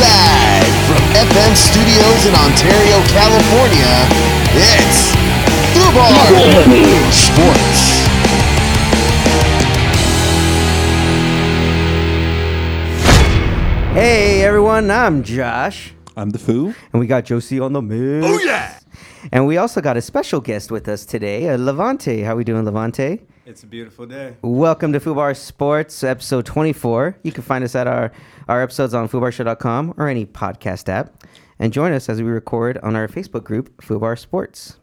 Live from FM Studios in Ontario, California, it's Fubar Sports. Hey everyone, I'm Josh, I'm the Foo. and we got Josie on the mix. Oh yeah! And we also got a special guest with us today, uh, Levante. How we doing, Levante? It's a beautiful day. Welcome to Fubar Sports, episode 24. You can find us at our, our episodes on FubarShow.com or any podcast app. And join us as we record on our Facebook group, Fubar Sports.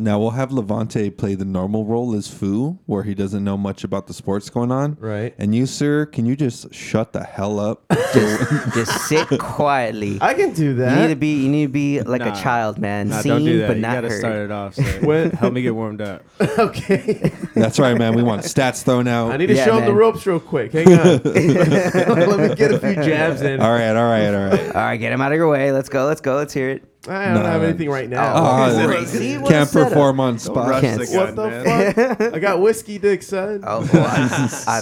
Now we'll have Levante play the normal role as Foo, where he doesn't know much about the sports going on. Right. And you, sir, can you just shut the hell up? So- Just sit quietly. I can do You need to that. be you need to be like Nah. a child, man. Nah, Seen don't do that. but you not gotta heard. start it off. So What- help me get warmed up. okay. That's right, man. We want stats thrown out. I need to Yeah, show him the man. ropes real quick. Hang on. Let me get a few jabs in. all right, all right, all right. All right, get him out of your way. Let's go. Let's go. Let's hear it. I don't have anything right now. Ah, Okay, crazy. What a can't setup. perform on spot. Rush can't the see. gun, What the man. fuck? I got whiskey dick, son. Oh, boy. I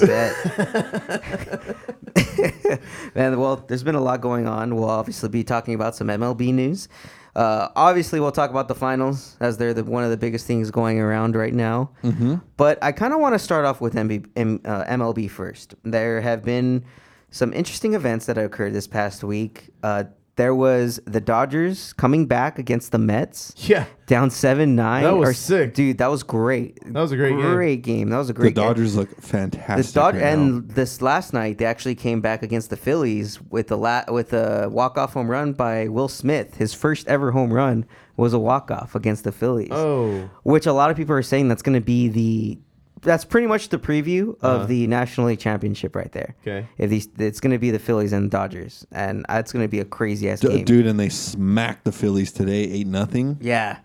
bet. Man, well, there's been a lot going on. We'll obviously be talking about some MLB news. Uh, obviously, we'll talk about the finals as they're the, one of the biggest things going around right now. Mm-hmm. But I kind of want to start off with MB, M, uh, MLB first. There have been some interesting events that occurred this past week. Uh, there was the Dodgers coming back against the Mets. Yeah. Down seven nine. That was sick. dude. That was great. That was a great game. great game. That was a The great. game. Dodgers look The fantastic. Dodge right now. and this last night they actually came back against the Phillies with a la- with a walk off home run by Will Smith. His first ever home run was a walk off against the Phillies. Oh. which a lot of people are saying that's going to be the that's pretty much the preview of the National League Championship right there. Uh-huh. Okay. if these it's going to be the Phillies and Dodgers, and it's going to be a crazy ass D- game, dude, and they smacked the Phillies today, eight nothing. Yeah,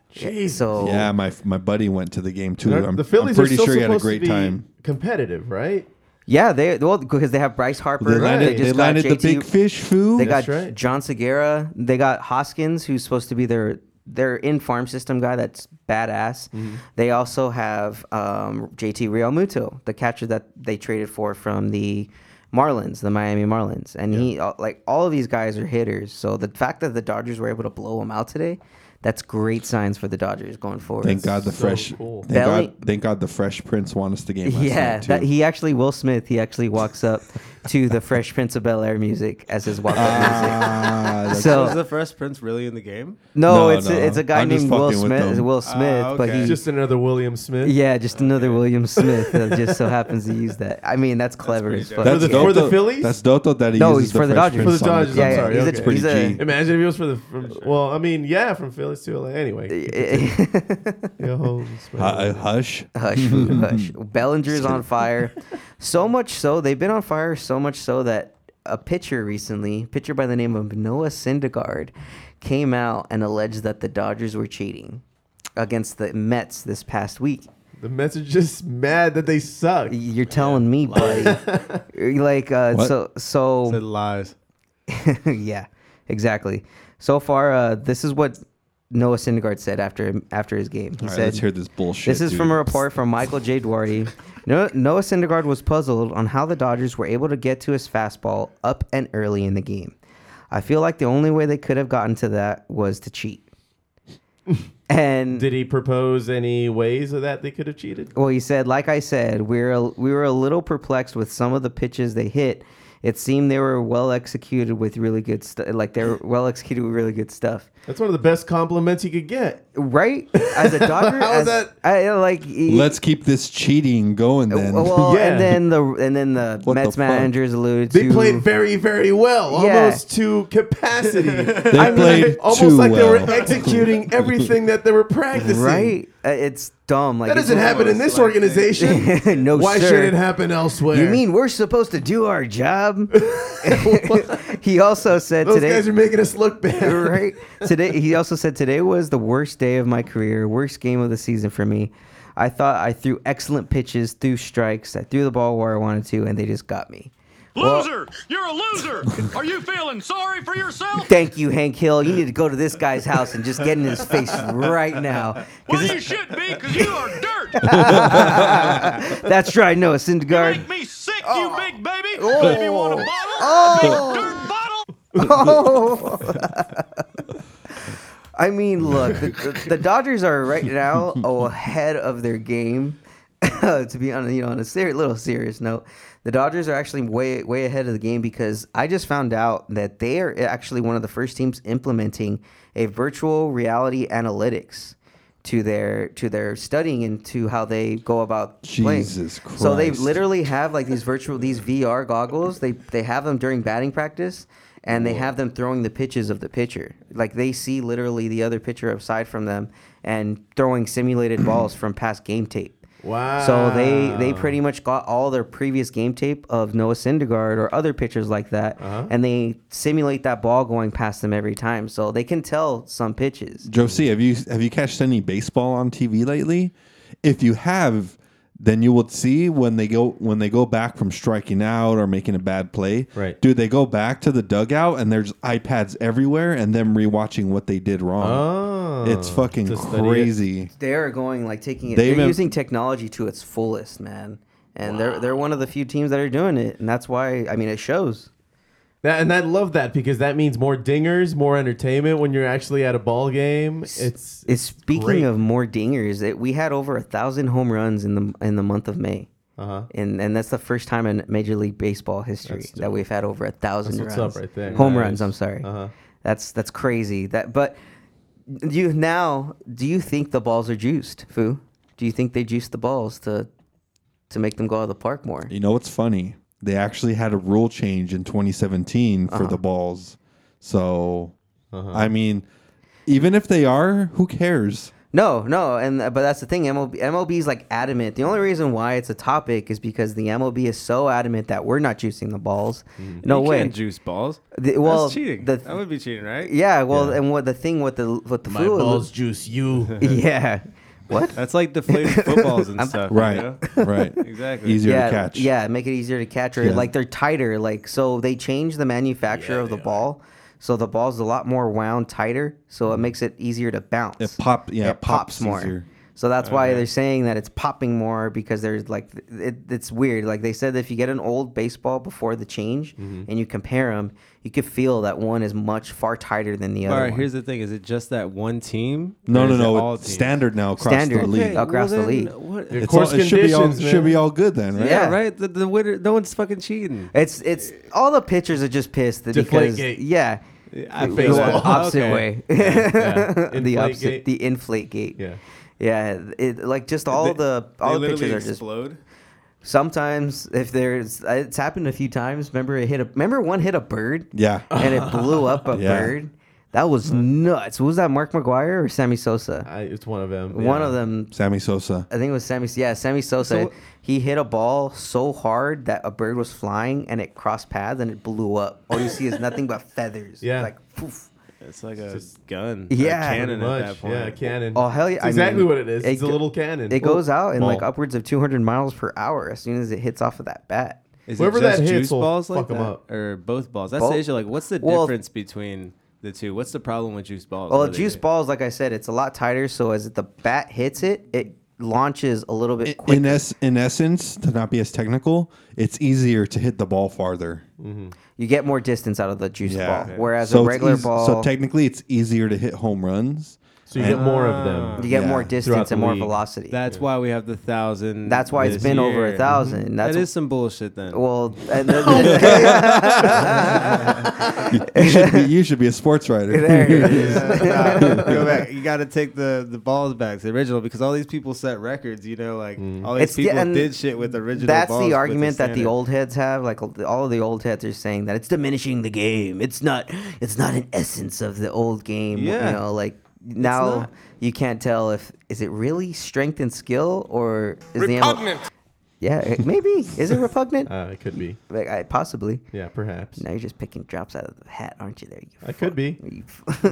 so Yeah, my my buddy went to the game too. I'm, the Phillies I'm are pretty still sure he had a supposed great to be time. competitive, right? yeah, they well because they have Bryce Harper. They landed, just they got landed the JT big fish, Foo. They That's got right. John Segura. They got Hoskins, who's supposed to be their their in farm system guy. That's badass. They also have um, JT Realmuto, the catcher that they traded for from the Marlins, the Miami Marlins, and he uh, like all of these guys are hitters. So the fact that the Dodgers were able to blow him out today, that's great signs for the Dodgers going forward. Thank God the fresh. cool. Thank Belly- God, thank God the Fresh Prince won us the game. Last Yeah, night, too. that, he actually Will Smith. He actually walks up to the Fresh Prince of Bel Air music as his walk up music. Ah, that's- So Was the first Prince really in the game? No, No, it's no. A, it's a guy I'm just named Will fucking with Smith. them. Will Smith, Ah, but okay. he Just another William Smith. yeah, just another William Smith that just so happens to use that. I mean, that's clever as pretty fuck. dope. that's the- dope for the though- Phillies? That's dope though that he No, uses he's for the Fresh Dodgers. For Prince the on Dodgers, Yeah, I'm yeah, sorry. he's a- okay. he's a- Imagine if it was for the. From, well, I mean, yeah, from Phillies to LA. Anyway. Yo, Holy Smith. Uh, uh, hush. hush, food, hush. Bellinger's on fire. So much so they've been on fire. So much so that a pitcher recently, pitcher by the name of Noah Syndergaard, came out and alleged that the Dodgers were cheating against the Mets this past week. The Mets are just mad that they suck. You're telling me, buddy. like uh, What? so so Said lies. yeah, exactly. So far, uh, this is what Noah Syndergaard said after after his game. He All right, said, let's hear this bullshit. "This is dude. from a report from Michael J. Duarte. No- Noah Syndergaard was puzzled on how the Dodgers were able to get to his fastball up and early in the game. I feel like the only way they could have gotten to that was to cheat." And Did he propose any ways of that they could have cheated? Well, he said, like I said, we're a, we were a little perplexed with some of the pitches they hit it seemed they were well executed with really good stuff. Like they were well executed with really good stuff, That's one of the best compliments you could get. right? As a Dodger, How as, is that- I, like y- Let's keep this cheating going then. Uh, Well, Yeah. and then the and then the What the Mets fuck? managers alluded They to played very, very well, Yeah. almost to capacity. they played almost too like well. they were executing everything that they were practicing. right. Uh, It's dumb. Like That doesn't it's- happen in this Like- organization. No, Why sir. should it happen elsewhere? You mean we're supposed to do our job? he also said those today. guys are making us look bad? right today he also said today was the worst day of my career worst game of the season for me i thought i threw excellent pitches threw strikes i threw the ball where i wanted to and they just got me Loser! You're a loser! Are you feeling sorry for yourself? thank you hank hill you need to go to this guy's house and just get in his face right now Well, because you should be, because you are dirt. that's right noah Make syndergaard me sick, you big baby. Baby, want a bottle? Big dirt bottle? i mean look the, the, the dodgers are right now ahead of their game to be on a- you know on a serious little serious note, the Dodgers are actually way way ahead of the game because I just found out that they are actually one of the first teams implementing a virtual reality analytics to their to their studying and to how they go about playing. Jesus So they Christ. literally have like these virtual these VR goggles. They they have them during batting practice. And they have them throwing the pitches of the pitcher. Like they see literally the other pitcher aside from them and throwing simulated balls from past game tape. Wow. So they they pretty much got all their previous game tape of Noah Syndergaard or other pitchers like that, and they simulate that ball going past them every time. So they can tell some pitches. Josie, have you have you catched any baseball on TV lately? If you have, then you will see when they go when they go back from striking out or making a bad play. Right. Dude, they go back to the dugout and there's iPads everywhere and them rewatching what they did wrong. Oh. it's fucking to study it. crazy. They are going like taking it. They They are even- using technology to its fullest, man. And they're they're one of the few teams that are doing it, and that's why I mean it shows. That, and I love that because that means more dingers, more entertainment when you're actually at a ball game. It's It's speaking great. of more dingers, it, we had over a thousand home runs in the in the month of May. Uh-huh. And, and that's the first time in Major League Baseball history That's dope. that we've had over a thousand That's what's runs. up right there. Home Nice. Uh-huh. runs. I'm sorry. That's that's crazy. That but you now do you think the balls are juiced, Foo? Do you think they juice the balls to to make them go out of the park more? You know what's funny? They actually had a rule change in 2017 for Uh-huh. the balls. So I mean, even if they are, who cares? No, no, and uh, but that's the thing. MLB, MLB is like adamant. The only reason why it's a topic is because the MLB is so adamant that we're not juicing the balls. No you way. Can't juice balls. The- well, That's cheating. the- that would be cheating, right? yeah, well, and what the thing with the with the my flu? balls juice you. Yeah. What? That's like deflated footballs and stuff. you know? right. Exactly. Easier yeah, to catch. Yeah, make it easier to catch or Yeah. like they're tighter. Like so they change the manufacturer of the ball. So the ball's a lot more wound tighter, so it makes it easier to bounce. It pop- yeah, it pops easier. So that's why they're saying that it's popping more because there's like it, it's weird. Like they said, that if you get an old baseball before the change Mm-hmm. and you compare them, you could feel that one is much far tighter than the All other. right. one. Here's the thing: Is it just that one team? No, or no, is it no. all It's teams? standard now across Standard. the league. Okay. across the then league. what- Your It's all- course it should be all conditions, should be man. all good then, right? Yeah. yeah, right. The, the winner, no one's fucking cheating. It's it's all the pitchers are just pissed that because Deflategate. yeah, I the feel that. opposite Okay. way, the opposite the inflate gate. Yeah. yeah, it, like just all They- the all the pitchers are just explode. sometimes if there's it's happened a few times. Remember it hit a remember one hit a bird Yeah. and it blew up a Yeah. bird. That was nuts. Was that Mark McGuire or Sammy Sosa? I, it's one of them. One yeah. of them Sammy Sosa. I think it was Sammy. Yeah, Sammy Sosa. So- he hit a ball so hard that a bird was flying and it crossed paths and it blew up. All you see is nothing but feathers. Yeah. Like poof. It's like a gun. Yeah. a cannon Pretty much, at that point. Yeah, cannon. Oh hell yeah! It's I exactly mean, what it is. it's a go- little cannon. It goes out in like Ball. upwards of 200 miles per hour as soon as it hits off of that bat. Is Whoever it just that hits juice will balls like fuck 'em that? up. or both balls? That's Both. the issue. Like, what's the Well- difference between the two? What's the problem with juice balls? Well, What do they juice do? balls, like I said, it's a lot tighter. So as the bat hits it, it launches a little bit In quicker. es- in essence, to not be as technical, it's easier to hit the ball farther. you get more distance out of the juice Yeah. ball, whereas So a it's regular eas- ball. So technically, it's easier to hit home runs. So you get And- more of them. You get Yeah. more Throughout distance the and more league. velocity. That's why we have the thousand. That's why it's this been year. over a 1000. Mhm. That's- that is some bullshit then. well, and then- you, should be, you should be a sports writer. There it is. Yeah, nah, go back. You got to take the, the balls back, the original, because all these people set records. You know, like Mm. all these It's the- people and did shit with original. That's balls with the argument that the standard. old heads have. Like all the- all of the old heads are saying that it's diminishing the game. It's not. It's not an essence of the old game. Yeah. You know, like now not. you can't tell if is it really strength and skill or is the ammo. Yeah, it- maybe is it repugnant? Uh, it could be. like, I, possibly. Yeah, perhaps. Now you're just picking drops out of the hat, aren't you? There you. I could be. you f-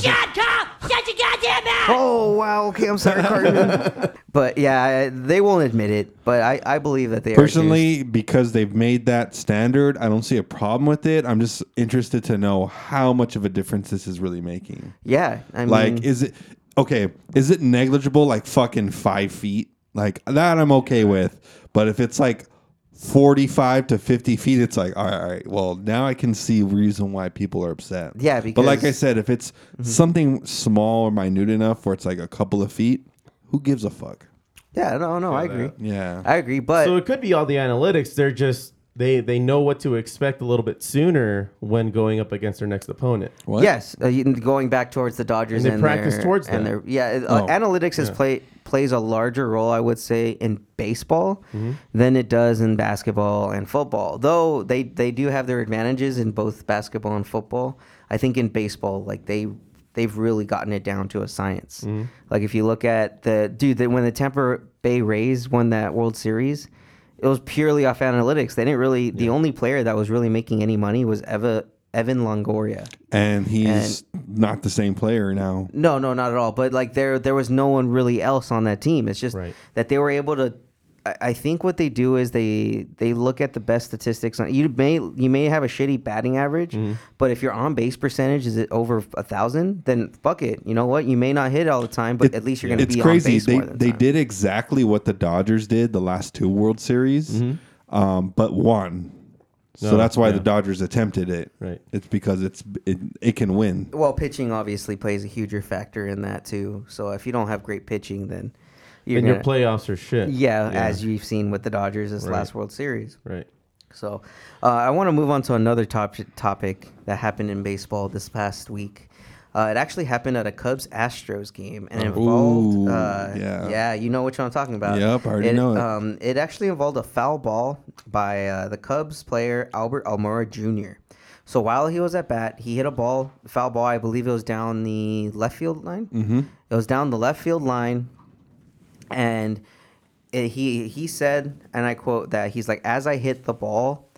Shut up! Shut your goddamn mouth! oh wow. Okay, I'm sorry, Cartman. but yeah, I- they won't admit it. But I, I believe that they are Personally, because they've made that standard, I don't see a problem with it. I'm just interested to know how much of a difference this is really making. serious. Yeah, I mean, Like, is it okay? Is it negligible? Like fucking five feet? Like that? I'm okay with. But if it's like 45 to 50 feet, it's like all right. all right, Well, now I can see reason why people are upset. Yeah, but like I because- Mm-hmm. said, if it's something small or minute enough where it's like a couple of feet, who gives a fuck? yeah, no, no, I agree. Yeah. I agree, but So it could be all the analytics. They're just they they know what to expect a little bit sooner when going up against their next opponent. What? yes, uh, you- going back towards the Dodgers And they and, practice their, towards and that. their yeah, it- uh, Oh, analytics is play plays a larger role, I would say, in baseball Mm-hmm. than it does in basketball and football. Though they they do have their advantages in both basketball and football. I think in baseball, like they. They've really gotten it down to a science. Mm-hmm. Like if you look at the dude that when the Tampa Bay Rays won that World Series, it was purely off analytics. They didn't really. The only player that was really making any money was Eva Evan Longoria. and he's not the same player now. No, no, not at all. But like there, there was no one really else on that team. It's just Right. that they were able to. I, I think what they do is they they look at the best statistics. On, you may you may have a shitty batting average, Mm-hmm. but if your on base percentage is at over a thousand, then fuck it. You know what? You may not hit all the time, but It- at least you're gonna It's be on crazy. base They more than they time. did exactly what the Dodgers did the last two World Series, Mm-hmm. um, but won. So No, that's why the yeah. Dodgers attempted it. Right. It's because it's it, it can win. Well, pitching obviously plays a huger factor in that too. So if you don't have great pitching, then you're And gonna, your playoffs are shit. yeah, as you've seen with the Dodgers this Right. last World Series. right. So, uh, I want to move on to another top- topic that happened in baseball this past week. Uh, it actually happened at a Cubs Astros game and it involved. Ooh, uh, yeah. you know which one I'm talking about. Yep, I already it, know it. Um, it actually involved a foul ball by uh, the Cubs player Albert Almora Jr. So while he was at bat, he hit a ball, foul ball. I believe it was down the left field line. Mm-hmm. It was down the left field line and it, he he said, and I quote that he's like, as I hit the ball,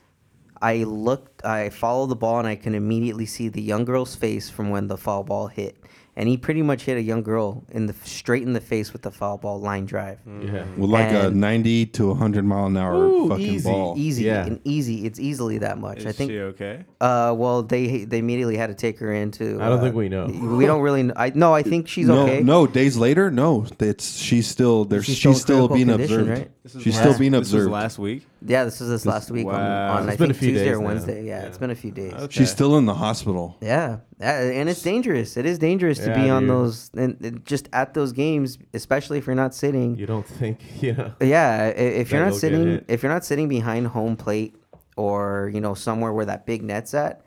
I looked, I followed the ball, and I can immediately see the young girl's face from when the foul ball hit, and he pretty much hit a young girl in the straight in the face with the foul ball line drive. Yeah. With like a And- 90 to 100 mile an hour Ooh, fucking easy, ball. Easy Yeah. and easy. It's easily that much. I Is think. she okay? Uh, well, they they immediately had to take her into. I don't uh, think we know. We don't really. Know. I no. I think she's no, okay. no. Days later, no. It's she's still there. She's She's, still in still critical being condition, observed. right? She's still last- being this was observed. last week. Yeah, this was this last week wow. on, on I It's been a think few Tuesday days or now. Wednesday. Yeah, it's been a few days. She's Okay. still in the hospital. Yeah, uh, and it's dangerous. It is dangerous to Yeah, be on dude. those and and just at those games, especially if you're not sitting. You don't think? Yeah. Yeah, i- if you're That not you'll get sitting, hit. if you're not sitting behind home plate or you know somewhere where that big net's at,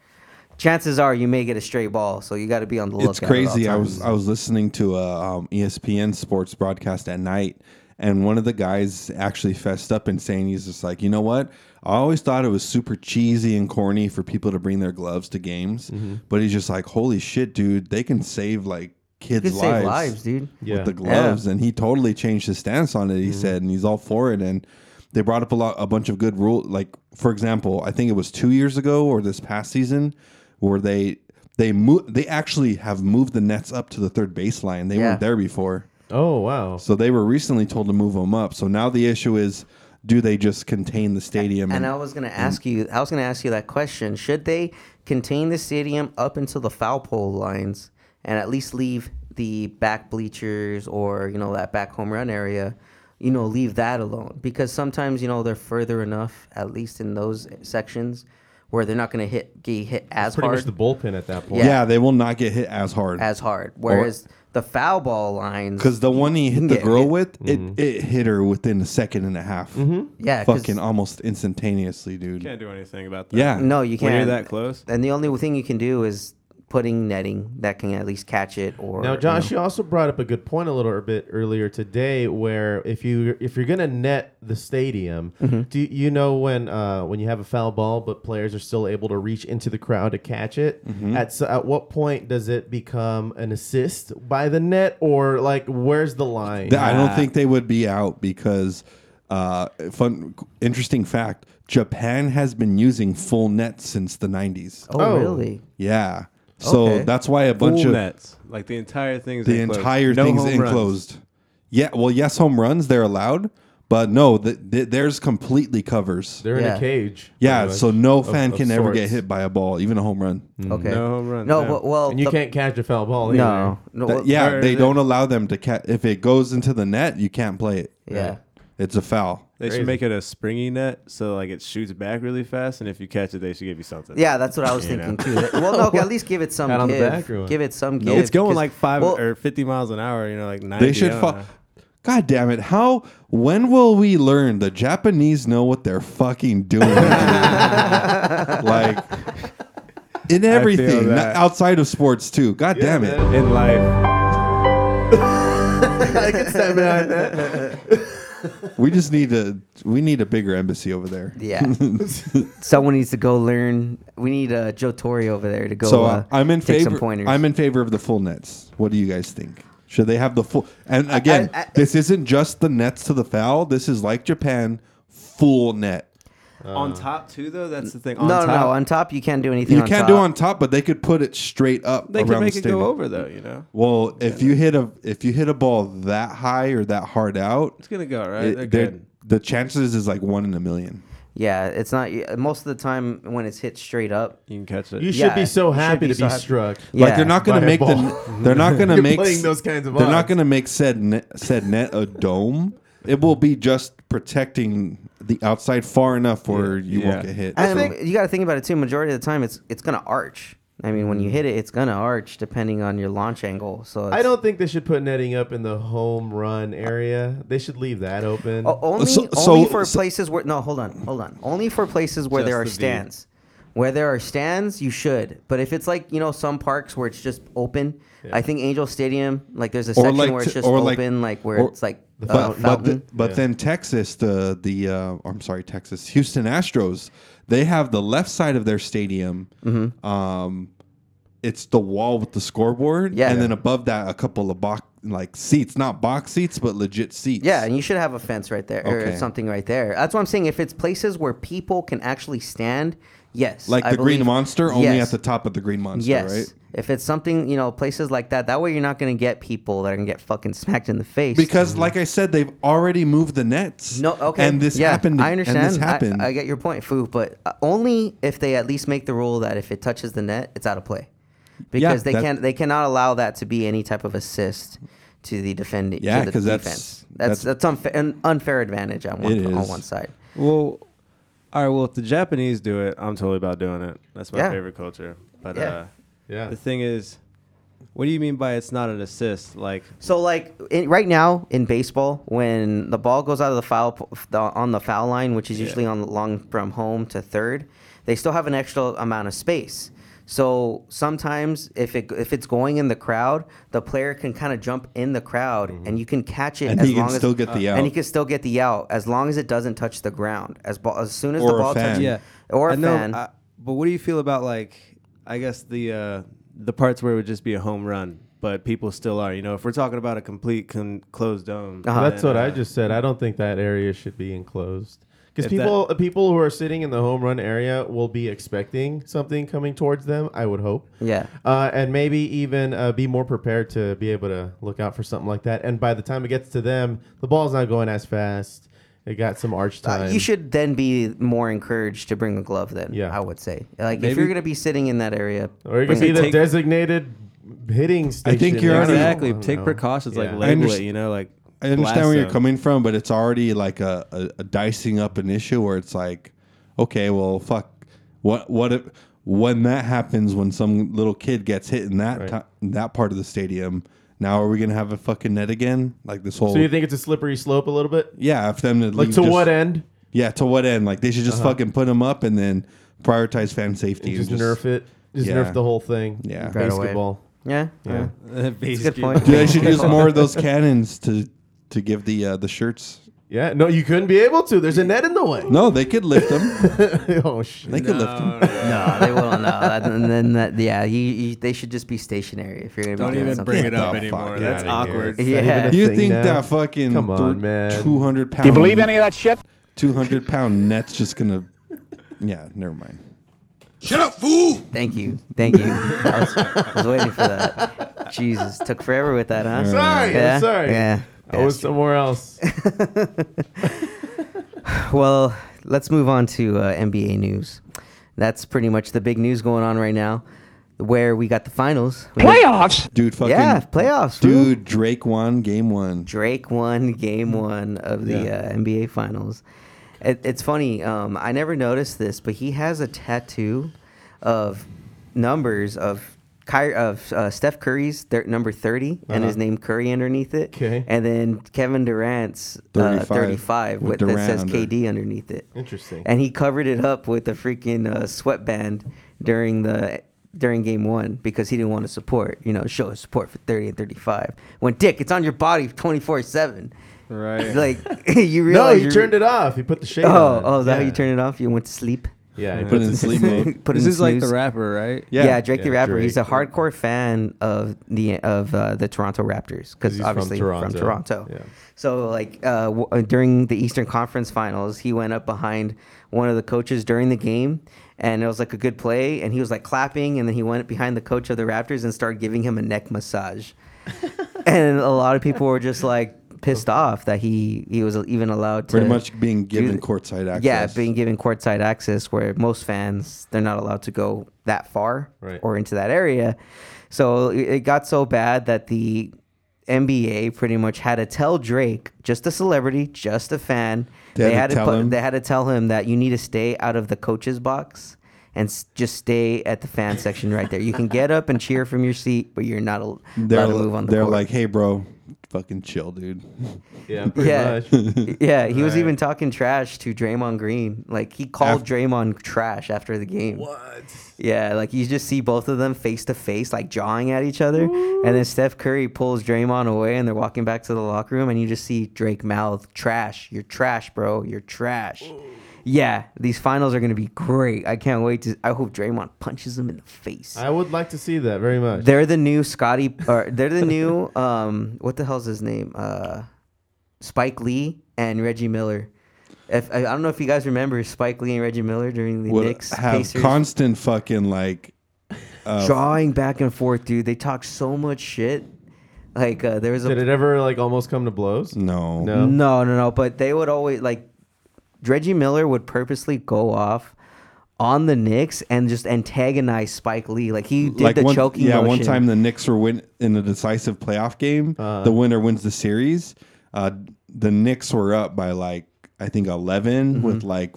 chances are you may get a stray ball. So you got to be on the lookout. it's at all crazy. I was times. I was listening to a um, ESPN sports broadcast at night, and one of the guys actually fessed up and saying he's just like, you know what? I always thought it was super cheesy and corny for people to bring their gloves to games, Mm-hmm. but he's just like, holy shit, dude, they can save like kids' you could lives. save lives, dude. Yeah. With the gloves, and he totally changed his stance on it. Mm-hmm. He said, and he's all for it. And they brought up a lot, a bunch of good rule. Like for example, I think it was two years ago or this past season, where they they move they actually have moved the nets up to the third baseline. They Yeah. weren't there before, Oh wow. so they were recently told to move them up. So now the issue is, do they just contain the stadium? And Mm-hmm. I was gonna ask you. I was gonna ask you that question. Should they contain the stadium up until the foul pole lines and at least leave the back bleachers or you know that back home run area? You know, leave that alone because sometimes you know they're further enough, at least in those sections, where they're not going to hit get hit as Pretty hard much the bullpen at that point. Yeah. Yeah, they will not get hit as hard. as hard. Whereas the foul ball lines, Because the one he hit the Yeah, girl yeah. with, it, it hit her within a second and a half. yeah, 'cause- Fucking almost instantaneously, dude. Can't do anything about that. Yeah. no, you When can't. you're that close. And the only thing you can do is putting netting that can at least catch it. Or Now, you Josh, know. you also brought up a good point a little bit earlier today, where if you if you're gonna net the stadium, Mm-hmm. do you know when uh, when you have a foul ball, but players are still able to reach into the crowd to catch it? Mm-hmm. At s- at what point does it become an assist by the net, or like where's the line? Th- I don't think they would be out because uh, fun, interesting fact: Japan has been using full nets since the '90s. Oh, Oh. really? Yeah, so Okay. that's why a bunch Full of nets. Like the entire thing's the enclosed. entire No thing's home runs. enclosed. Yeah, well, yes, home runs they're allowed, but no, th th there's completely covers. They're in Yeah. a cage. yeah, pretty much, so no of- fan of can ever get sorts. hit by a ball, even a home run. Okay. No home runs, No, yeah. but, well, And you the- can't catch a foul ball. Either. No, no. Th- well, yeah, or they the- don't allow them to catch. If it goes into the net, you can't play it. Yeah. it's a foul. They should make it a springy net so like it shoots back really fast, and if you catch it, they should give you something. Yeah, that's what I was You thinking know? too. That- Well, no, at least give it some Pat on the give. back or what? give it some give. It's going 'cause- like five well, or fifty miles an hour. You know, like ninety. They should I don't fuck. know. God damn it! How? When will we learn the Japanese know what they're fucking doing? like in everything, not- that. outside of sports too. God damn it! in life. We just need to. We need a bigger embassy over there. Yeah. Someone needs to go learn. We need uh, Joe Torre over there to go. So uh, uh, I'm in take Some favor. pointers. I'm in favor of the full nets. What do you guys think? Should they have the full? And again, I- I- this isn't just the nets to the foul. This is like Japan, full net. on top too, though. That's the thing. no, On no, top, no. On top, you can't do anything. You on can't top. do on top, but they could put it straight up. They around can make the it stadium. go over though. You know, Well, if you hit a if you hit a ball that high or that hard out, it's gonna go right. it- They're they're- good. the chances is like one in a million. Yeah, it's not. Most of the time, when it's hit straight up, You can catch it. You should Yeah, be so you should happy be to so be happy. struck. yeah, Like they're not going By to a make the ball. they're not going to You're make playing those kinds of They're not odds. going to make said net, said net a dome. It will be just protecting the outside far enough where you Yeah. won't get hit. I think you got to think about it too. Majority of the time, it's it's gonna arch. I mean, when you hit it, it's gonna arch depending on your launch angle. So it's, I don't think they should put netting up in the home run area. They should leave that open. O- only So- only so- for so- places where no, hold on, hold on. Only for places where there Just are the V. stands. Where there are stands, you should. But if it's like you know some parks where it's just open, I think Angel Stadium, like there's a section where it's t- just open, like, where or- it's like but, uh, but, the- fountain. but then Texas, the the uh, I'm sorry, Texas, Houston Astros, they have the left side of their stadium. Mm-hmm. Um, it's the wall with the scoreboard, Yeah. and then above that, a couple of box like seats, not box seats, but legit seats. Yeah, and you should have a fence right there or Okay. something right there. That's what I'm saying. If it's places where people can actually stand, yes, like I the Green believe- Monster, only Yes. at the top of the Green Monster, Yes. right? If it's something, you know, places like that, that way you're not going to get people that are going to get fucking smacked in the face. Because, like I said, they've already moved the nets. no, okay. And this yeah, happened. I understand. And this I- happened. I, get your point, Foo, but uh, only if they at least make the rule that if it touches the net, it's out of play. Because they that- can they cannot allow that to be any type of assist to the defending. Yeah, to the 'cause that's- defense. that's that's- that's, unfa- an unfair advantage on It one on is. one side. Well, all right. Well, if the Japanese do it, I'm totally about doing it. That's my Yeah. favorite culture. But Yeah. uh, yeah. the thing is, what do you mean by it's not an assist? Like, So like in, right now in baseball, when the ball goes out of the foul p- f- the, on the foul line, which is usually on the long from home to third, they still have an extra amount of space. So sometimes if it if it's going in the crowd, the player can kind of jump in the crowd and you can catch it Mm-hmm. And as he can long as still get the and out. he can still get the out as long as it doesn't touch the ground. As ball, as soon as Or the a ball fan. touches Yeah. or a I know, fan. I- but what do you feel about like, I guess the uh, the parts where it would just be a home run, but people still are. You know, if we're talking about a complete con- closed dome, Uh-huh. That's then, what I uh, just said. I don't think that area should be enclosed because If people people who are sitting in the home run area will be expecting something coming towards them. I would hope. Yeah. Uh, and maybe even uh, be more prepared to be able to look out for something like that. And by the time it gets to them, the ball's not going as fast. It got some arch Uh, time. you should then be more encouraged to bring a glove. Then, Yeah. I would say, like, if you're gonna be sitting in that area, or you bring can be a the take- designated hitting station. think you're or already- something. I Exactly. don't Take know. precautions, like Yeah. label Oh, underst- it. You know, like I understand blast where you're zone. coming from, but it's already like a, a, a dicing up an issue where it's like, okay, well, fuck, What what if when that happens when some little kid gets hit in that ti- that part of the stadium? Now are we gonna have a fucking net again? Like this whole So you think it's a slippery slope a little bit? yeah, if them to Like leave to just- what end? Uh-huh. Yeah, to what end? Like they should just fucking put them up and then prioritize fan safety. Just, and nerf it. Just Yeah. nerf the whole thing. Yeah. Right away. basketball. Yeah, yeah. That's Good point. Dude, they should use more of those cannons to to give the uh, the shirts. Yeah. No, you couldn't be able to. There's a net in the way. No, they could lift them. oh shit. They could lift them. no, they will not. That- and then that, yeah, you, you, they should just be stationary if you're gonna Don't be doing even something. bring it up the anymore. fuck That's outta here. awkward. Is that Yeah. even a You thing think now? that fucking Come on, man. two hundred pound? Do you believe any of that shit? two hundred pound net's just gonna? Yeah, never mind. Thank you, thank you. I was, I was waiting for that. Jesus, took forever with that, huh? Sorry, I'm yeah? sorry. Yeah. I was somewhere else. Well, let's move on to uh, NBA news. That's pretty much the big news going on right now, where we got the finals. We got- Playoffs? Dude, fucking Yeah, playoffs, fool. Dude, Drake won game one. Drake won game Mm-hmm. one of the uh, NBA Finals. It, it's funny. Um, I never noticed this, but he has a tattoo of numbers of Ky- of uh, Steph Curry's thir- number 30 and Uh-huh. his name Curry underneath it. 'Kay. And then Kevin Durant's uh, 35 35 with with, that Durant says under. KD underneath it. Interesting. And he covered it up with a freaking uh, sweatband during the during game one because he didn't want to support, you know, show his support for 30 and 35. When Dick, it's on your body 24 7. Right. Like, you no, realize. he turned it off. He put the shade Oh, on. oh, is that how Yeah. you turn it off? You went to sleep? Yeah, he Put it puts in it- sleep mode. Put it This in is like the snooze? rapper, right? Yeah, Yeah. Drake the Yeah, rapper. He's a Drake. hardcore fan of the of uh, the Toronto Raptors because he's from obviously from Toronto. Toronto. Yeah. So like uh, w- uh, during the Eastern Conference Finals, he went up behind one of the coaches during the game, and it was like a good play, and he was like clapping, and then he went behind the coach of the Raptors and started giving him a neck massage, and a lot of people were just like pissed off that he he was even allowed to Pretty much being do- given courtside access. yeah, being given courtside access where most fans they're not allowed to go that far Right. or into that area. So it it got so bad that the NBA pretty much had to tell Drake, just a celebrity, just a fan, They had to tell put- him? they had to tell him that you need to stay out of the coach's box and s- just stay at the fan section right there. You can get up and cheer from your seat, but you're not al- they're allowed to move on the they're court. like, hey, bro, fucking chill, dude. Yeah, pretty Yeah. much. yeah, he was even talking trash to Draymond Green. Like he called Af- Draymond trash after the game. What? Yeah, like you just see both of them face to face, like jawing at each other, and then Steph Curry pulls Draymond away, and they're walking back to the locker room, and you just see Drake mouth trash. You're trash, bro. You're trash. Yeah, these finals are gonna be great. I can't wait to. I hope Draymond punches him in the face. I would like to see that very much. They're the new Scotty. Or they're the new um. What the hell's his name? Uh, Spike Lee and Reggie Miller. If I, I don't know if you guys remember Spike Lee and Reggie Miller during the Would Knicks have Pacers constant fucking like drawing back and forth, dude. They talked so much shit. Like uh, there was a Did it ever like almost come to blows? no, No. No, no, no. But they would always like Reggie Miller would purposely go off on the Knicks and just antagonize Spike Lee. Like he did the one, choking. Yeah, one motion. Uh-huh. time the Knicks were win in a decisive playoff game. the winner wins the series. Uh, the Knicks were up by like I think Mm-hmm. 11 with like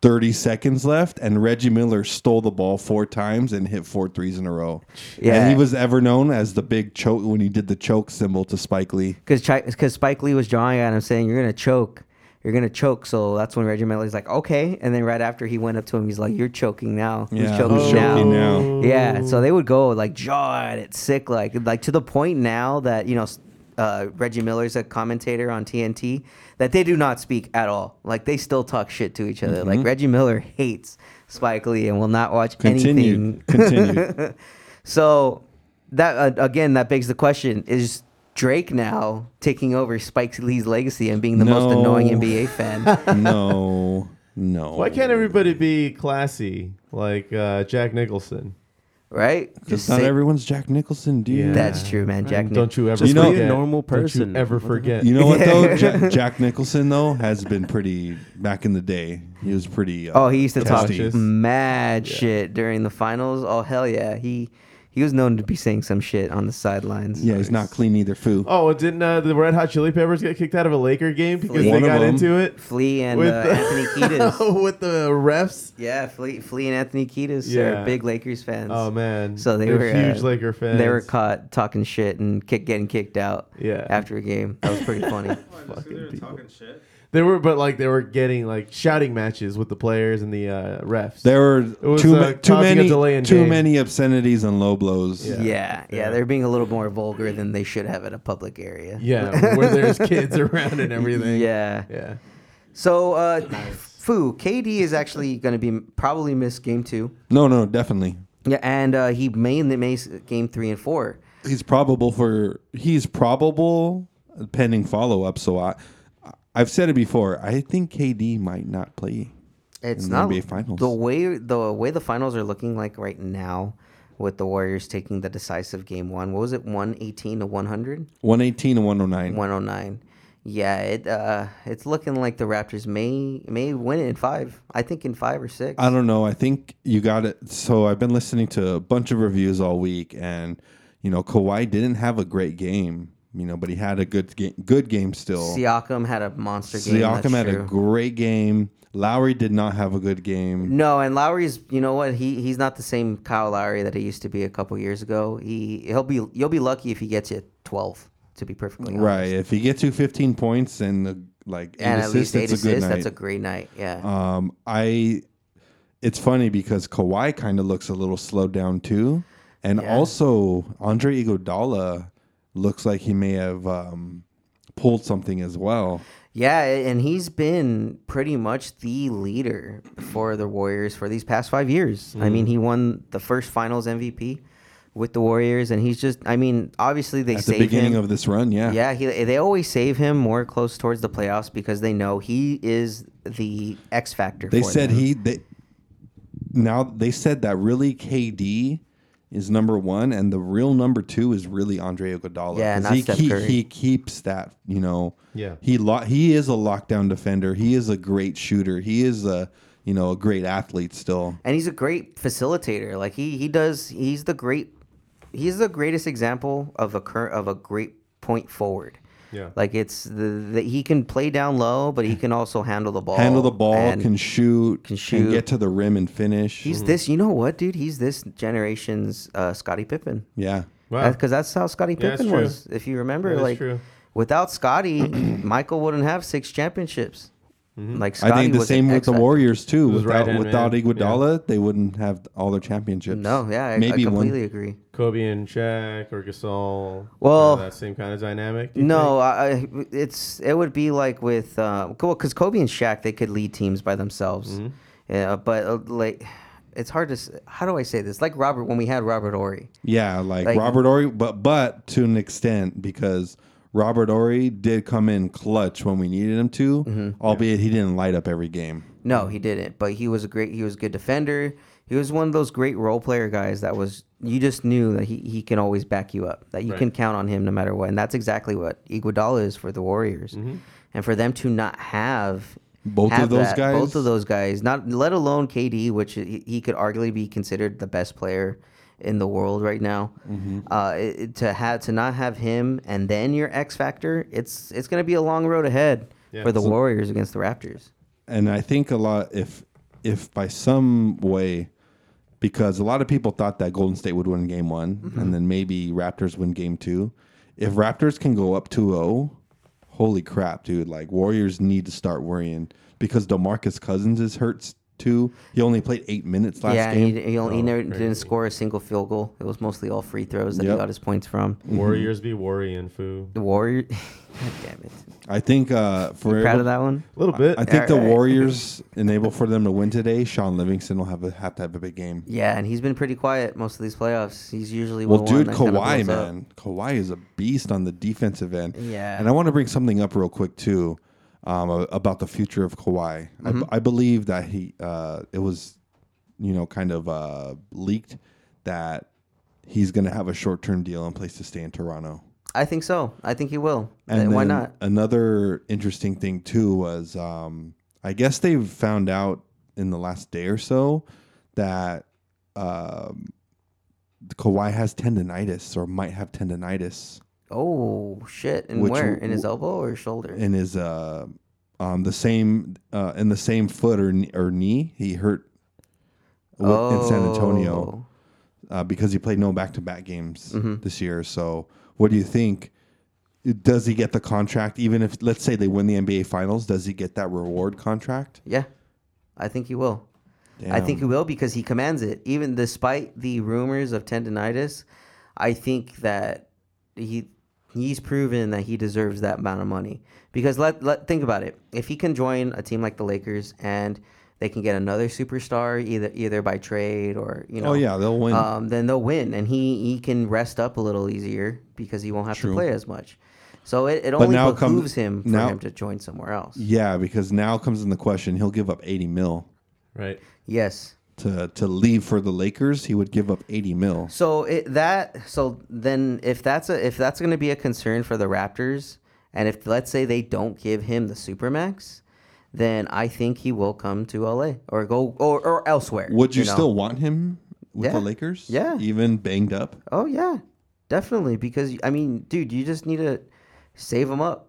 thirty seconds left, and Reggie Miller stole the ball four times and hit four threes in a row. Yeah. and he was ever known as the big choke when he did the choke symbol to Spike Lee. because because Spike Lee was drawing at him saying you're gonna choke, you're gonna choke. So that's when Reggie Miller's like okay, and then right after he went up to him, he's like you're choking now, he's Yeah, choking, who's now. choking now? Yeah, so they would go like jaw at it, sick like like to the point now that you know. s- Uh, Reggie Miller's a commentator on TNT that they do not speak at all. Like they still talk shit to each other. Mm-hmm. Like Reggie Miller hates Spike Lee and will not watch anything Continued, continued. so that uh, again, that begs the question: Is Drake now taking over Spike Lee's legacy and being the most No. annoying NBA fan? no, no. Why can't everybody be classy like uh, Jack Nicholson? right? Because Just not say- everyone's Jack Nicholson, dude. Yeah. That's true, man. Jack. Mm, Don't you ever Just forget. be a normal Don't person. you ever forget. You know what though? Jack, Jack Nicholson though has been pretty back in the day. He was pretty. Uh, Oh, he used to talk testy. Testy. mad shit during the finals. Oh hell yeah, he. He was known to be saying some shit on the sidelines. Yeah, he's not clean either, foo. Oh, didn't uh, the Red Hot Chili Peppers get kicked out of a Laker game because One they of got them. into it Flea and uh, With the- Anthony Kiedis. with the refs? Yeah, Flea, Flea and Anthony Kiedis Yeah. are big Lakers fans. Oh man, So they They're were huge uh, Laker fans. They were caught talking shit and kick, getting kicked out. Yeah. after a game, that was pretty funny. fucking people. They were, but like they were getting like shouting matches with the players and the uh, refs. There were was, too, uh, ma- too causing a delay many in too game. many obscenities and low blows. yeah. Yeah. yeah, they're being a little more vulgar than they should have at a public area. yeah, where there's kids around and everything. yeah. yeah. So, uh, foo, KD is actually going to be probably miss game two. No, no, definitely. Yeah, and uh, he may miss game three and four. He's probable for he's probable pending follow up. So I, I've said it before. I think KD might not play. It's In the not NBA finals. the way the way the finals are looking like right now, with the Warriors taking the decisive game one. What was it, one eighteen to one hundred? One eighteen and one oh nine. One oh nine. Yeah, it uh, it's looking like the Raptors may may win it in five. I think in five or six. I don't know. I think you got it. So I've been listening to a bunch of reviews all week, and you know Kawhi didn't have a great game. You know, but he had a good game. Good game still. Siakam had a monster game. that's Siakam had a true. great game. Lowry did not have a good game. No, and Lowry's you know what he he's not the same Kyle Lowry that he used to be a couple years ago. He he'll be you'll be lucky if he gets you twelve. To be perfectly honest, Right. If he gets you 15 points and uh, like eight And at least assists, eight it's a good assists. night. That's a great night. Yeah. um, I. It's funny because Kawhi kind of looks a little slowed down too, and also Andre Iguodala looks like he may have um, pulled something as well. Yeah, and he's been pretty much the leader for the Warriors for these past five years. I Mm. mean, he won the first Finals MVP with the Warriors, and he's just—I mean, obviously they At the save beginning him. of this run, yeah, yeah, he, they always save him more close towards the playoffs because they know he is the X factor. they for said them. he they now they said that really KD is number one, and the real number two is really Andre Iguodala. Yeah, 'Cause not he, Steph he, Curry. he keeps that. You know, Yeah. he lo- he is a lockdown defender. He is a great shooter. He is a you know a great athlete still. and he's a great facilitator. Like he he does. He's the great. He's the greatest example of a current of a great point forward. Yeah. Like it's the, the he can play down low, but he can also handle the ball. Handle the ball, Oh, and can shoot, can can shoot. get to the rim and finish. he's this. You know what, dude? He's this generation's uh, Scottie Pippen. yeah, Wow. Because that's how Scottie Yeah, that's Pippen true. was. If you remember, That is like true. without Scottie, Michael wouldn't have six championships. Mm-hmm. Like Scottie I think the was an same with X the factor. Warriors too. was Without right-hand without man. Iguodala, they wouldn't have all their championships. No, yeah, I, I maybe one. completely agree. Kobe and Shaq or Gasol. Well- kind of that same kind of dynamic. do you No, I, I- it's it would be like with uh, because Kobe and Shaq they could lead teams by themselves, Mm-hmm. yeah. But uh, like, it's hard to s- how do I say this? Like Robert when we had Robert Ory, Yeah, like, Like- Robert Ory, but but to an extent because Robert Ory did come in clutch when we needed him to, Mm-hmm. albeit he didn't light up every game. No, he didn't. But he was a great. He was a good defender. He was one of those great role player guys that was. You just knew that he, he can always back you up. That you can count on him no matter what. And that's exactly what Iguodala is for the Warriors. And for them to not have Both of have those guys? both of those guys, not let alone KD, which he, he could arguably be considered the best player in the world right now. Mm-hmm. Uh, it- it- to have to not have him and then your X factor, it's it's going to be a long road ahead for the Warriors against the Raptors. And I think a lot if if by some way because a lot of people thought that Golden State would win game one Mm-hmm. and then maybe Raptors win game two. If Raptors can go up 2-0, holy crap, dude. Like Warriors need to start worrying because DeMarcus Cousins is hurt too. He only played 8 minutes last yeah, game. Oh, he, he, only, he never didn't score a single field goal. It was mostly all free throws that he Yep. got his points from. think? Warriors be worrying, foo. The Warrior, God damn it! I think uh, for Proud of that one. A little bit. I think the Alright. Warriors enable for them to win today. Sean Livingston will have a, have to have a big game. Yeah, and he's been pretty quiet most of these playoffs. He's usually Well, the one dude, that kinda Kawhi, blows up. man, Kawhi is a beast on the defensive end. Yeah. and I want to bring something up real quick too um, a- about the future of Kawhi. I Mm-hmm. b I I, believe that he uh, it was you know kind of uh, leaked that he's going to have a short term deal in place to stay in Toronto. I think so. I think he will. Uh, Why then not? Another interesting thing too was um, I guess they found out in the last day or so that um, Kawhi has tendonitis or might have tendonitis Oh shit! And Which where? w- In his w- elbow or his shoulder? in his uh um the same uh in the same foot or kn- or knee he hurt w- in San Oh. Antonio uh, because he played no back to back games Mm-hmm. this year. So what do you think? Does he get the contract? Even if let's say they win the NBA Finals, does he get that reward contract? Yeah, I think he will. I think he Um, will because he commands it. Even despite the rumors of tendonitis, I think that he he's proven that he deserves that amount of money. Because let let think about it. If he can join a team like the Lakers and they can get another superstar either either by trade or you know Oh yeah, they'll win. um, then they'll win, and he he can rest up a little easier because he won't have to play as much. So it, it only now come- behooves him for now- him to join somewhere else. yeah, because now comes in the question: he'll give up eighty mil Right. Yes. to to leave for the Lakers. He would give up eighty mil. So it, that so then if that's a if that's going to be a concern for the Raptors, and if let's say they don't give him the supermax, then I think he will come to LA or go or, or elsewhere. Would you, know? still want him with Yeah. the Lakers? Yeah. even banged up. Oh yeah, definitely. Because I mean, dude, you just need to save them up.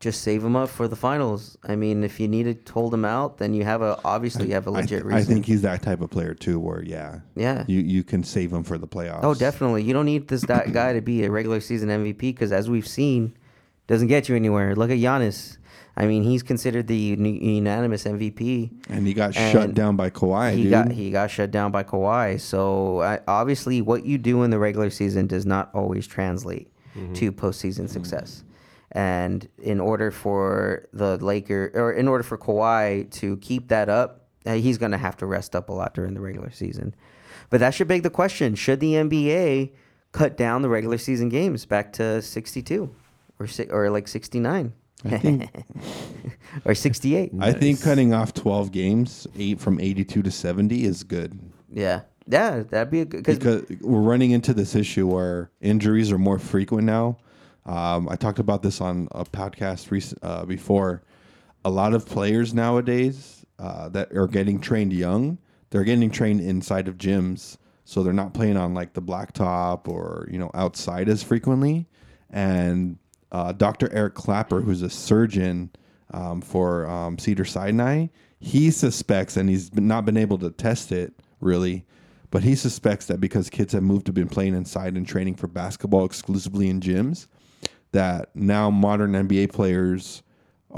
Just save them up for the finals. I mean, if you need to hold them out, then you have a obviously you have a I, legit th- I reason. think he's that type of player too. Where yeah, Yeah. you you can save him for the playoffs. oh, definitely. You don't need this di- guy to be a regular season MVP because, as we've seen, doesn't get you anywhere. Look at Giannis. I mean, he's considered the uni- unanimous MVP. And he got shut And down by Kawhi. he dude. got he got shut down by Kawhi. So I, obviously, what you do in the regular season does not always translate Mm-hmm. to postseason success. And in order for the Laker, or in order for Kawhi to keep that up, uh, he's going to have to rest up a lot during the regular season. But that should beg the question: Should the NBA cut down the regular season games back to sixty-two, or si- or like sixty-nine, I think Mm. or sixty-eight? I think cutting off 12 games, eight from 82 to 70 is good Yeah, yeah, that'd be a good because because we're running into this issue where injuries are more frequent now. Um, I talked about this on a podcast rec- uh, before. A lot of players nowadays uh, that are getting trained young, they're getting trained inside of gyms, so they're not playing on like the blacktop or you know outside as frequently. And uh, Dr. Eric Clapper, who's a surgeon um, for um, Cedar Sinai, he suspects, and he's been- not been able to test it really, but he suspects that because kids have moved to been playing inside and training for basketball exclusively in gyms, that now modern NBA players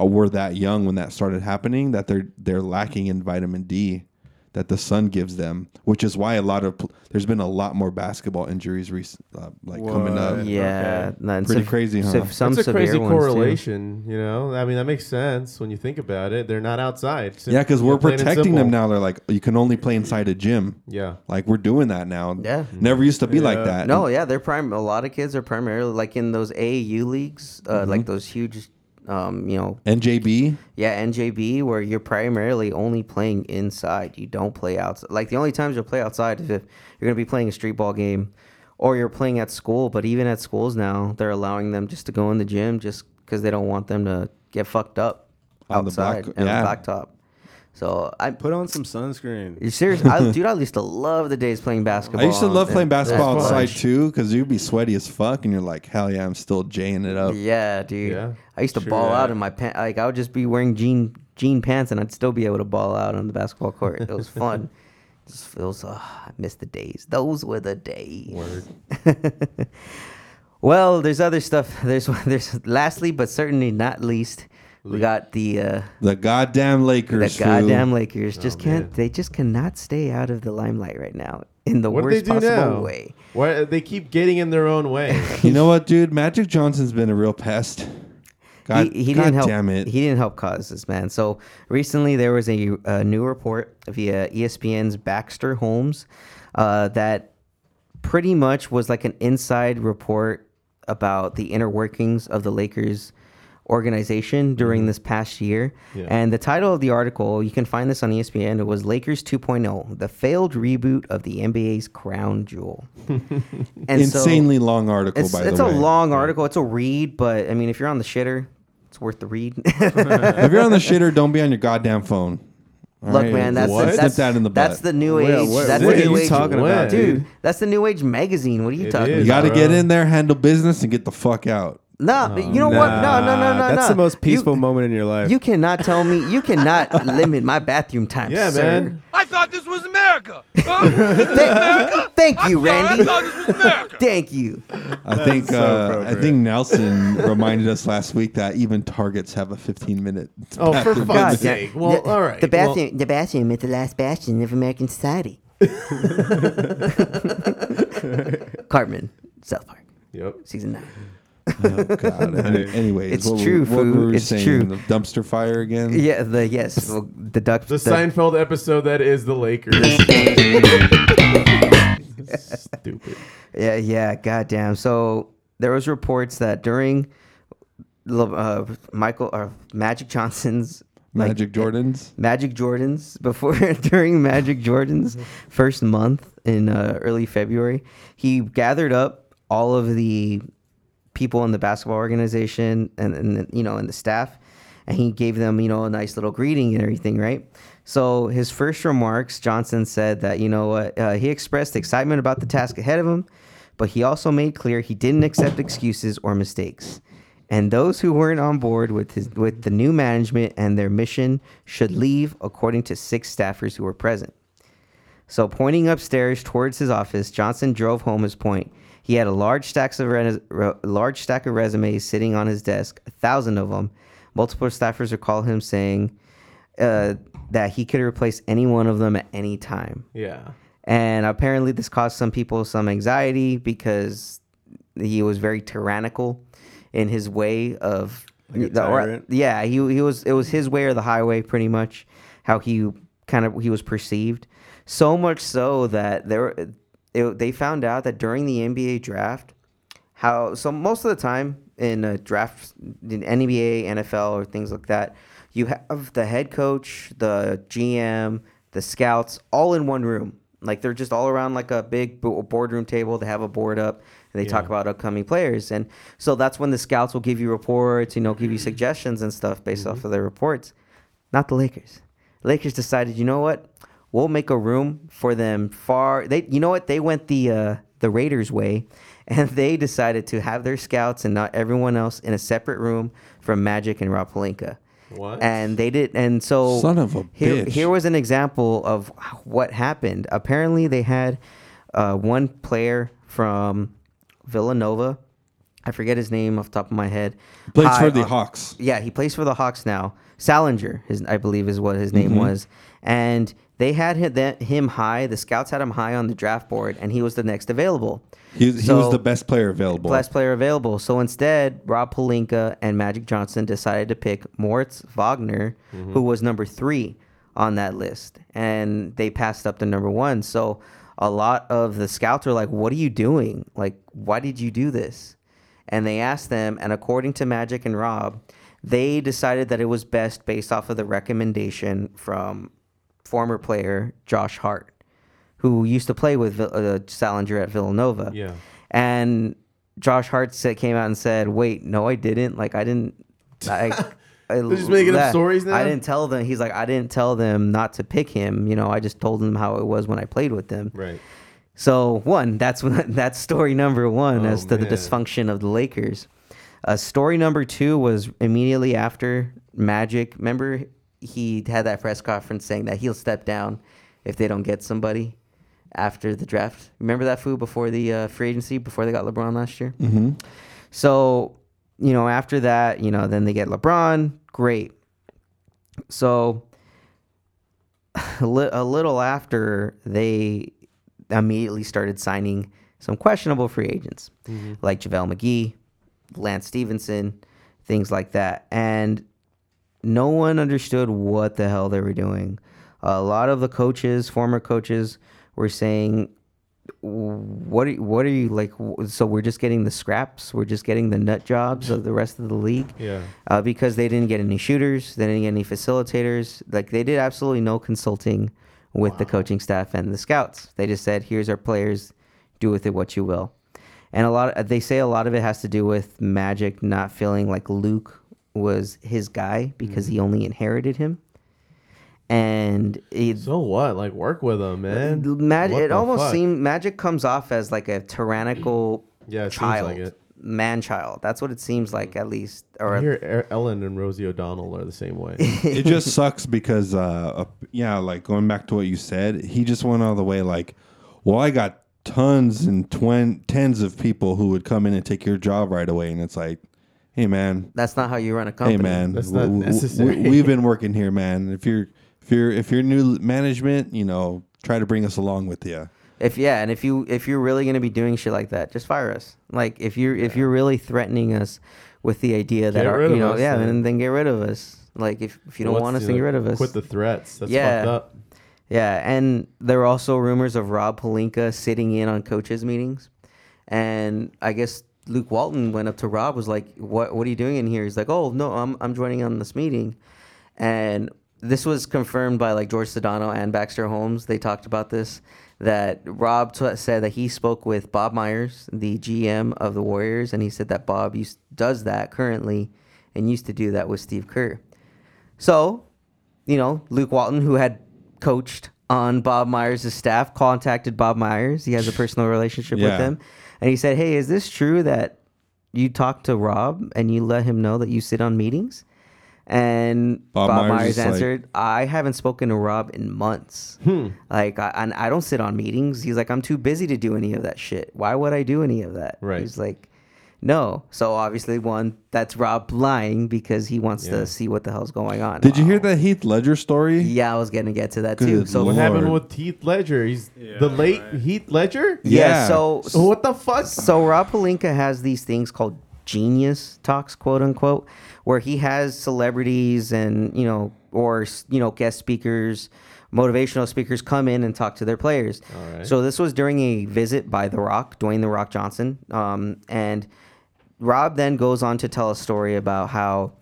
uh, were that young when that started happening that they're they're lacking in vitamin D that the sun gives them, which is why a lot of pl- there's been a lot more basketball injuries rec- uh, like coming up. Yeah, and Pretty crazy, huh? some That's a severe crazy ones, too. correlation, you know. I mean, that makes sense when you think about it. They're not outside. Sim- Yeah, because you know, we're plain and protecting them simple. now. They're like, you can only play inside a gym. Yeah. Like we're doing that now. Yeah. Never used to be like Yeah. that. No, yeah, they're prime. A lot of kids are primarily like in those AAU leagues, Mm-hmm. uh, like those huge, um, you know, NJB. yeah, NJB, where you're primarily only playing inside. You don't play outside. Like the only times you'll play outside is if you're gonna be playing a street ball game, or you're playing at school. But even at schools now, they're allowing them just to go in the gym just because they don't want them to get fucked up On the outside black- and yeah. on the blacktop. So I. Put on some sunscreen. You serious? I, dude, I used to love the days playing basketball. I used to love and- playing basketball that's outside fun. too, because you'd be sweaty as fuck, and you're like, hell yeah, I'm still jaying it up. Yeah, dude. Yeah. I used to ball out in my pants. Like I would just be wearing jean jean pants, and I'd still be able to ball out on the basketball court. It was fun. just feels. Uh, I miss the days. Those were the days. well, there's other stuff. There's there's lastly, but certainly not least, we got the. Uh, The goddamn the Lakers. goddamn fool. Lakers just Oh, can't. They just cannot stay out of the limelight right now in the What do they worst do possible now? way. Why they keep getting in their own way? You know what, dude? Magic Johnson's been a real pest. God, he, he God didn't help. damn it. He didn't help cause this, man. So recently there was a, a new report via E ESPN's Baxter Holmes uh, that pretty much was like an inside report about the inner workings of the Lakers organization Mm-hmm. during this past year. And the title of the article, you can find this on E ESPN, it was Lakers 2.0, the failed reboot of the NBA's crown jewel. And so- Insanely long article, it's, by it's the a way. long article. It's a read, but I mean, if you're on the shitter, it's worth the read. if you're on the shitter, don't be on your goddamn phone. Look, right. man, that's What? The, Snip that's that in the that's butt. the new age. Well, what- that's what the are new you age, talking about, dude? dude? That's the new age magazine. What are you It talking? is. You got to Bro. get in there, handle business, and get the fuck out. No, but you know what? No, no, no, no, That's no. the most peaceful You, moment in your life. you cannot tell me. You cannot limit my bathroom time. Yeah, sir. man. I thought this was America. Huh? Th- thank you, I Randy. thought this was America. Thank you. I think uh, I appropriate. think Nelson reminded us last week that even Targets have a 15 minute. Oh, for God, fuck's sake. Well, the, all right. The Well, bathroom, the bathroom is the last bastion of American society. Cartman, South Park, Yep. season nine. God. Any- Anyways, It's what were- true, what were Fu. we It's saying? true. The dumpster fire again. Yeah, the yes, well, the duck. The Seinfeld episode that is the Lakers. Stupid. Yeah, yeah, goddamn. So there was reports that during Le- uh, Michael or Magic Johnson's like, uh, Magic Jordans. Magic Jordan's before during Magic Jordan's first month in uh, early February, he gathered up all of the people in the basketball organization and, and you know and the staff, and he gave them you know a nice little greeting and everything, right? So his first remarks, Johnson said that you know what uh, he expressed excitement about the task ahead of him, but he also made clear he didn't accept excuses or mistakes and those who weren't on board with his, with the new management and their mission should leave according to six staffers who were present. So pointing upstairs towards his office, Johnson drove home his point. He had a large stacks of res- re- large stack of resumes sitting on his desk, a thousand of them. Multiple staffers would call him saying uh, that he could replace any one of them at any time. Yeah. And apparently, this caused some people some anxiety because he was very tyrannical in his way of Like a the- or- tyrant? yeah, he he was it was his way or the highway, pretty much how he kind of he was perceived. So much so that there it, they found out that during the NBA draft, how so most of the time in a draft in NBA, NFL, or things like that, you have the head coach, the GM, the scouts all in one room. Like they're just all around like a big bo- boardroom table. They have a board up and they talk about upcoming players. And so that's when the scouts will give you reports, you know, give you suggestions and stuff based off of their reports. Not the Lakers. Lakers decided, you know what? We'll make a room for them far. They, you know what? They went the uh, the Raiders way, and they decided to have their scouts and not everyone else in a separate room from Magic and Rob Palinka. What? And they did, and so Son of a here, bitch. Here was an example of what happened. Apparently, they had uh, one player from Villanova. I forget his name off the top of my head. Plays High for the on- Hawks. yeah, he plays for the Hawks now. Salinger, his, I believe, is what his name Mm-hmm. was. And they had hi- that- him high. The scouts had him high on the draft board, and he was the next available. He, he was So- the best player available. Best player available. So instead, Rob Palinka and Magic Johnson decided to pick Moritz Wagner, who was number three on that list, and they passed up the number one. So a lot of the scouts are like, "What are you doing? Like, why did you do this?" And they asked them, and according to Magic and Rob, they decided that it was best based off of the recommendation from former player Josh Hart, who used to play with Vil- uh, Salinger at Villanova. Yeah. And Josh Hart said, came out and said, "Wait, no, I didn't. Like, I didn't. I, I They're just making up stories now? I didn't tell them. He's like, I didn't tell them not to pick him. You know, I just told them how it was when I played with them. Right. So one, that's when, that's story number one as to the man. dysfunction of the Lakers. Uh, story number two was immediately after Magic. Remember, he had that press conference saying that he'll step down if they don't get somebody after the draft. Remember that food before the uh, free agency before they got LeBron last year. Mm-hmm. So you know, after that, you know, then they get LeBron. Great. So a li- a little after they immediately started signing some questionable free agents like JaVale McGee, Lance Stevenson, things like that. And no one understood what the hell they were doing. A lot of the coaches, former coaches, were saying, "What? Are, what are you like? w- So we're just getting the scraps. We're just getting the nut jobs of the rest of the league." Yeah. uh, because they didn't get any shooters, they didn't get any facilitators. Like they did absolutely no consulting with the coaching staff and the scouts. They just said, "Here's our players, do with it what you will." And a lot, of, they say a lot of it has to do with Magic not Mm-hmm. feeling like Luke was his guy because he only inherited him, and it, So what? Like work with them, man. Mag- What it the almost fuck? seemed magic comes off as like a tyrannical Yeah, it seems child, like it. Mm. man child. That's what it seems like, at least. I Or hear Er- Ellen and Rosie O'Donnell are the same way. it just sucks because uh uh, yeah like going back to what you said he just went all the way like well i got tons and twen- tens of people who would come in and take your job right away and it's like hey man that's not how you run a company. hey man That's not necessary. we've been working here man if you're if you're if you're new management you know try to bring us along with you If yeah, and if you if you're really gonna be doing shit like that, just fire us. Like if you're if you're really threatening us with the idea that Get our, rid you of know us, yeah, then then. then get rid of us. Like if, if you don't What's want us, the- then get rid of us. Quit the threats. That's Yeah. fucked up. Yeah, and there were also rumors of Rob Palinka sitting in on coaches meetings, and I guess Luke Walton went up to Rob was like, "What what are you doing in here?" He's like, "Oh no, I'm I'm joining on this meeting," and this was confirmed by like George Sedano and Baxter Holmes. They talked about this that Rob t- said that he spoke with Bob Myers, the GM of the Warriors, and he said that Bob used, does that currently, and used to do that with Steve Kerr. So, you know, Luke Walton, who had coached on Bob Myers' staff, contacted Bob Myers. He has a personal relationship Yeah. with him. And he said, Hey, is this true that you talked to Rob and you let him know that you sit on meetings? And Bob Bob, Myers Myers, is like- answered, I haven't spoken to Rob in months. Hmm. Like, I, and I don't sit on meetings. He's like, I'm too busy to do any of that shit. Why would I do any of that? Right. He's like, no. So obviously, one, that's Rob lying because he wants to see what the hell's going on. did you hear that heath ledger story Yeah, I was gonna get to that Good too. So Lord. What happened Lord. with Heath Ledger? He's the late Heath Ledger. yeah, Yeah. so So what the fuck? so Rob Palinka has these things called genius talks, quote unquote, where he has celebrities and you know or you know guest speakers, motivational speakers come in and talk to their players. So this was during a visit by The Rock, Dwayne The Rock Johnson, um, and Rob then goes on to tell a story about how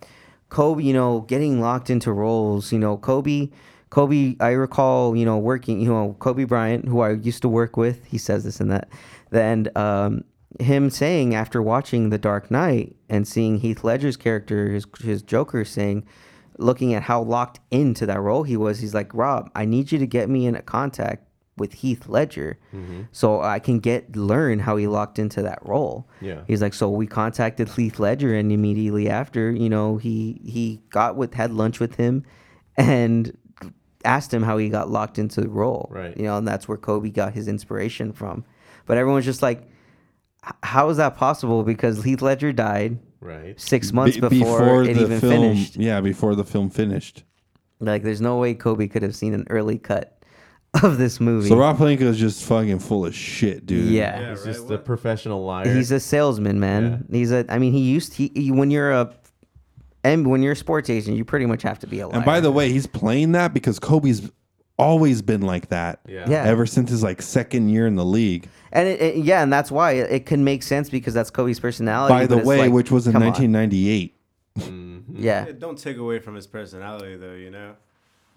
Kobe, you know, getting locked into roles, you know, Kobe, Kobe, I recall, you know, working, you know, Kobe Bryant, who I used to work with, he says this and that, then um, him saying after watching The Dark Knight and seeing Heath Ledger's character, his, his Joker, saying, looking at how locked into that role he was, he's like, Rob, I need you to get me in contact with Heath Ledger so I can get learn how he locked into that role. Yeah. He's like, so we contacted Heath Ledger, and immediately after, you know, he he got with had lunch with him, and asked him how he got locked into the role. Right. You know, and that's where Kobe got his inspiration from. But everyone's just like, "H- how is that possible? Because Heath Ledger died Right. six months Be- before, it even film finished. yeah before the film finished Like, there's no way Kobe could have seen an early cut of this movie. so rob palinka is just fucking full of shit dude yeah. He's just a professional liar. He's a salesman, man. He's a. I mean, he used he, he when you're a, and when you're a sports agent, you pretty much have to be a liar. And by the way, he's playing that because Kobe's always been like that. Yeah. Ever since his like second year in the league. and it, it- yeah, and that's why it, it can make sense because that's Kobe's personality. By Oh, but the it's way, like, which was in come on. 1998. Yeah, Don't take away from his personality, though. You know.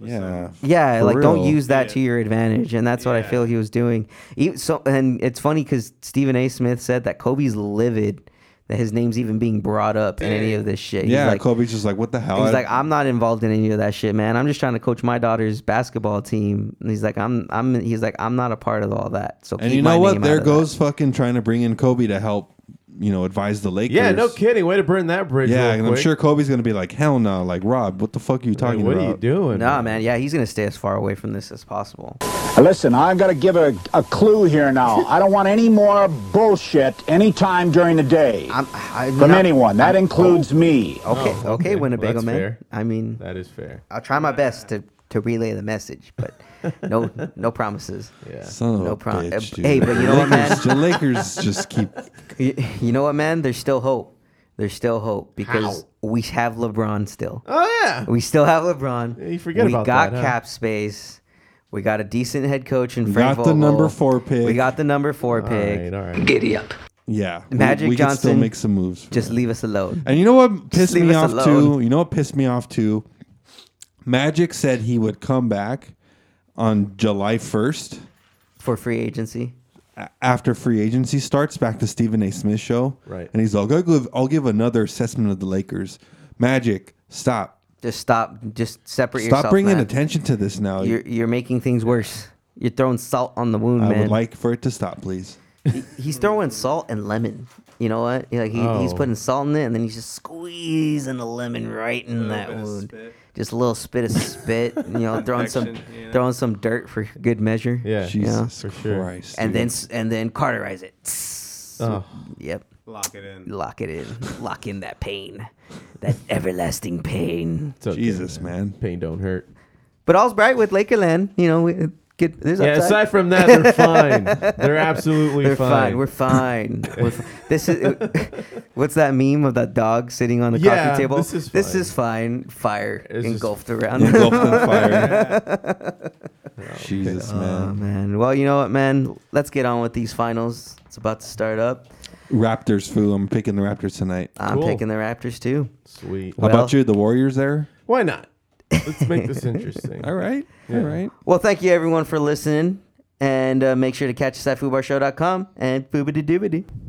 Yeah. yeah. For like, don't real. use that to your advantage, and that's what I Yeah. feel he was doing. He, so, and it's funny because Stephen A. Smith said that Kobe's livid that his name's even being brought up in any of this shit. He's Yeah, like, Kobe's just like, what the hell? He's I- like, I'm not involved in any of that shit, man. I'm just trying to coach my daughter's basketball team. And he's like, I'm, I'm. He's like, I'm not a part of all that. So and keep you my know what? name There out of that. goes fucking trying to bring in Kobe to help, you know, advise the Lakers. yeah, no kidding. Way to burn that bridge. Yeah, real and I'm quick. sure Kobe's gonna be like, hell no, like Rob, what the fuck are you Like, talking what about? are you doing? Nah, man. Yeah, he's gonna stay as far away from this as possible. Listen, I'm going to give a, a clue here now. I don't want any more bullshit anytime during the day I'm, I, from anyone. That includes me. Okay, okay, Oh, okay. Well, Winnebago that's man. fair. I mean, That is fair. I'll try my best to to relay the message, but no, no promises. Yeah. Son of No a problem. bitch, dude. Hey, but you know what, man? Lakers, the Lakers just keep. You, you know what, man? There's still hope. There's still hope because we have LeBron still. Oh yeah. We still have LeBron. Yeah, you forget we about got that, huh? cap space. We got a decent head coach in got Frank the Vogel. number four pick. We got the number four All pick. right. All right. Yeah, we- Magic we, can still Johnson, make some moves. for Just that. leave us alone. And you know what pissed leave me off us too? alone. You know what pissed me off too? Magic said he would come back on July 1st For free agency. a- after free agency starts back to Stephen A. Smith show. Right. And he's like, I'll give, I'll give another assessment of the Lakers. Magic, stop. Just stop. Just separate yourself. Stop bringing man. attention to this now. You're you're making things worse. You're throwing salt on the wound, I man. would like for it to stop, please. he's throwing salt and lemon. You know what? He- Like he, he's Oh. putting salt in it, and then he's just squeezing the lemon right in that bit of wound. spit. Just a little spit of spit. You know, throwing some Infection, you know? throwing some dirt for good measure. Yeah. you know? Jesus for sure. Christ. and dude. then s- and then cauterize it. Oh. Yep. Lock it in. Lock it in. Lock in that pain, that everlasting pain. It's okay, Jesus, man. Pain don't hurt. But all's bright with Lakerland. You know, we uh, get there's Yeah, upside. aside from that, they're fine. They're absolutely They're fine. fine. We're fine. We're fi- this is what's that meme of that dog sitting on the Yeah, coffee table? this is fine. fine. Fire It's just- engulfed around. Engulfed in fire. Jesus, Uh, Oh, man. man. Well, you know what, man? Let's get on with these finals. It's about to start up. Raptors, foo. I'm picking the Raptors tonight. I'm Cool. picking the Raptors too. Sweet. How well- about you? The Warriors there? Why not? Let's make this interesting. All right. All right. Well, thank you everyone for listening, and uh, make sure to catch us at foobarshow.com and foobity doobity.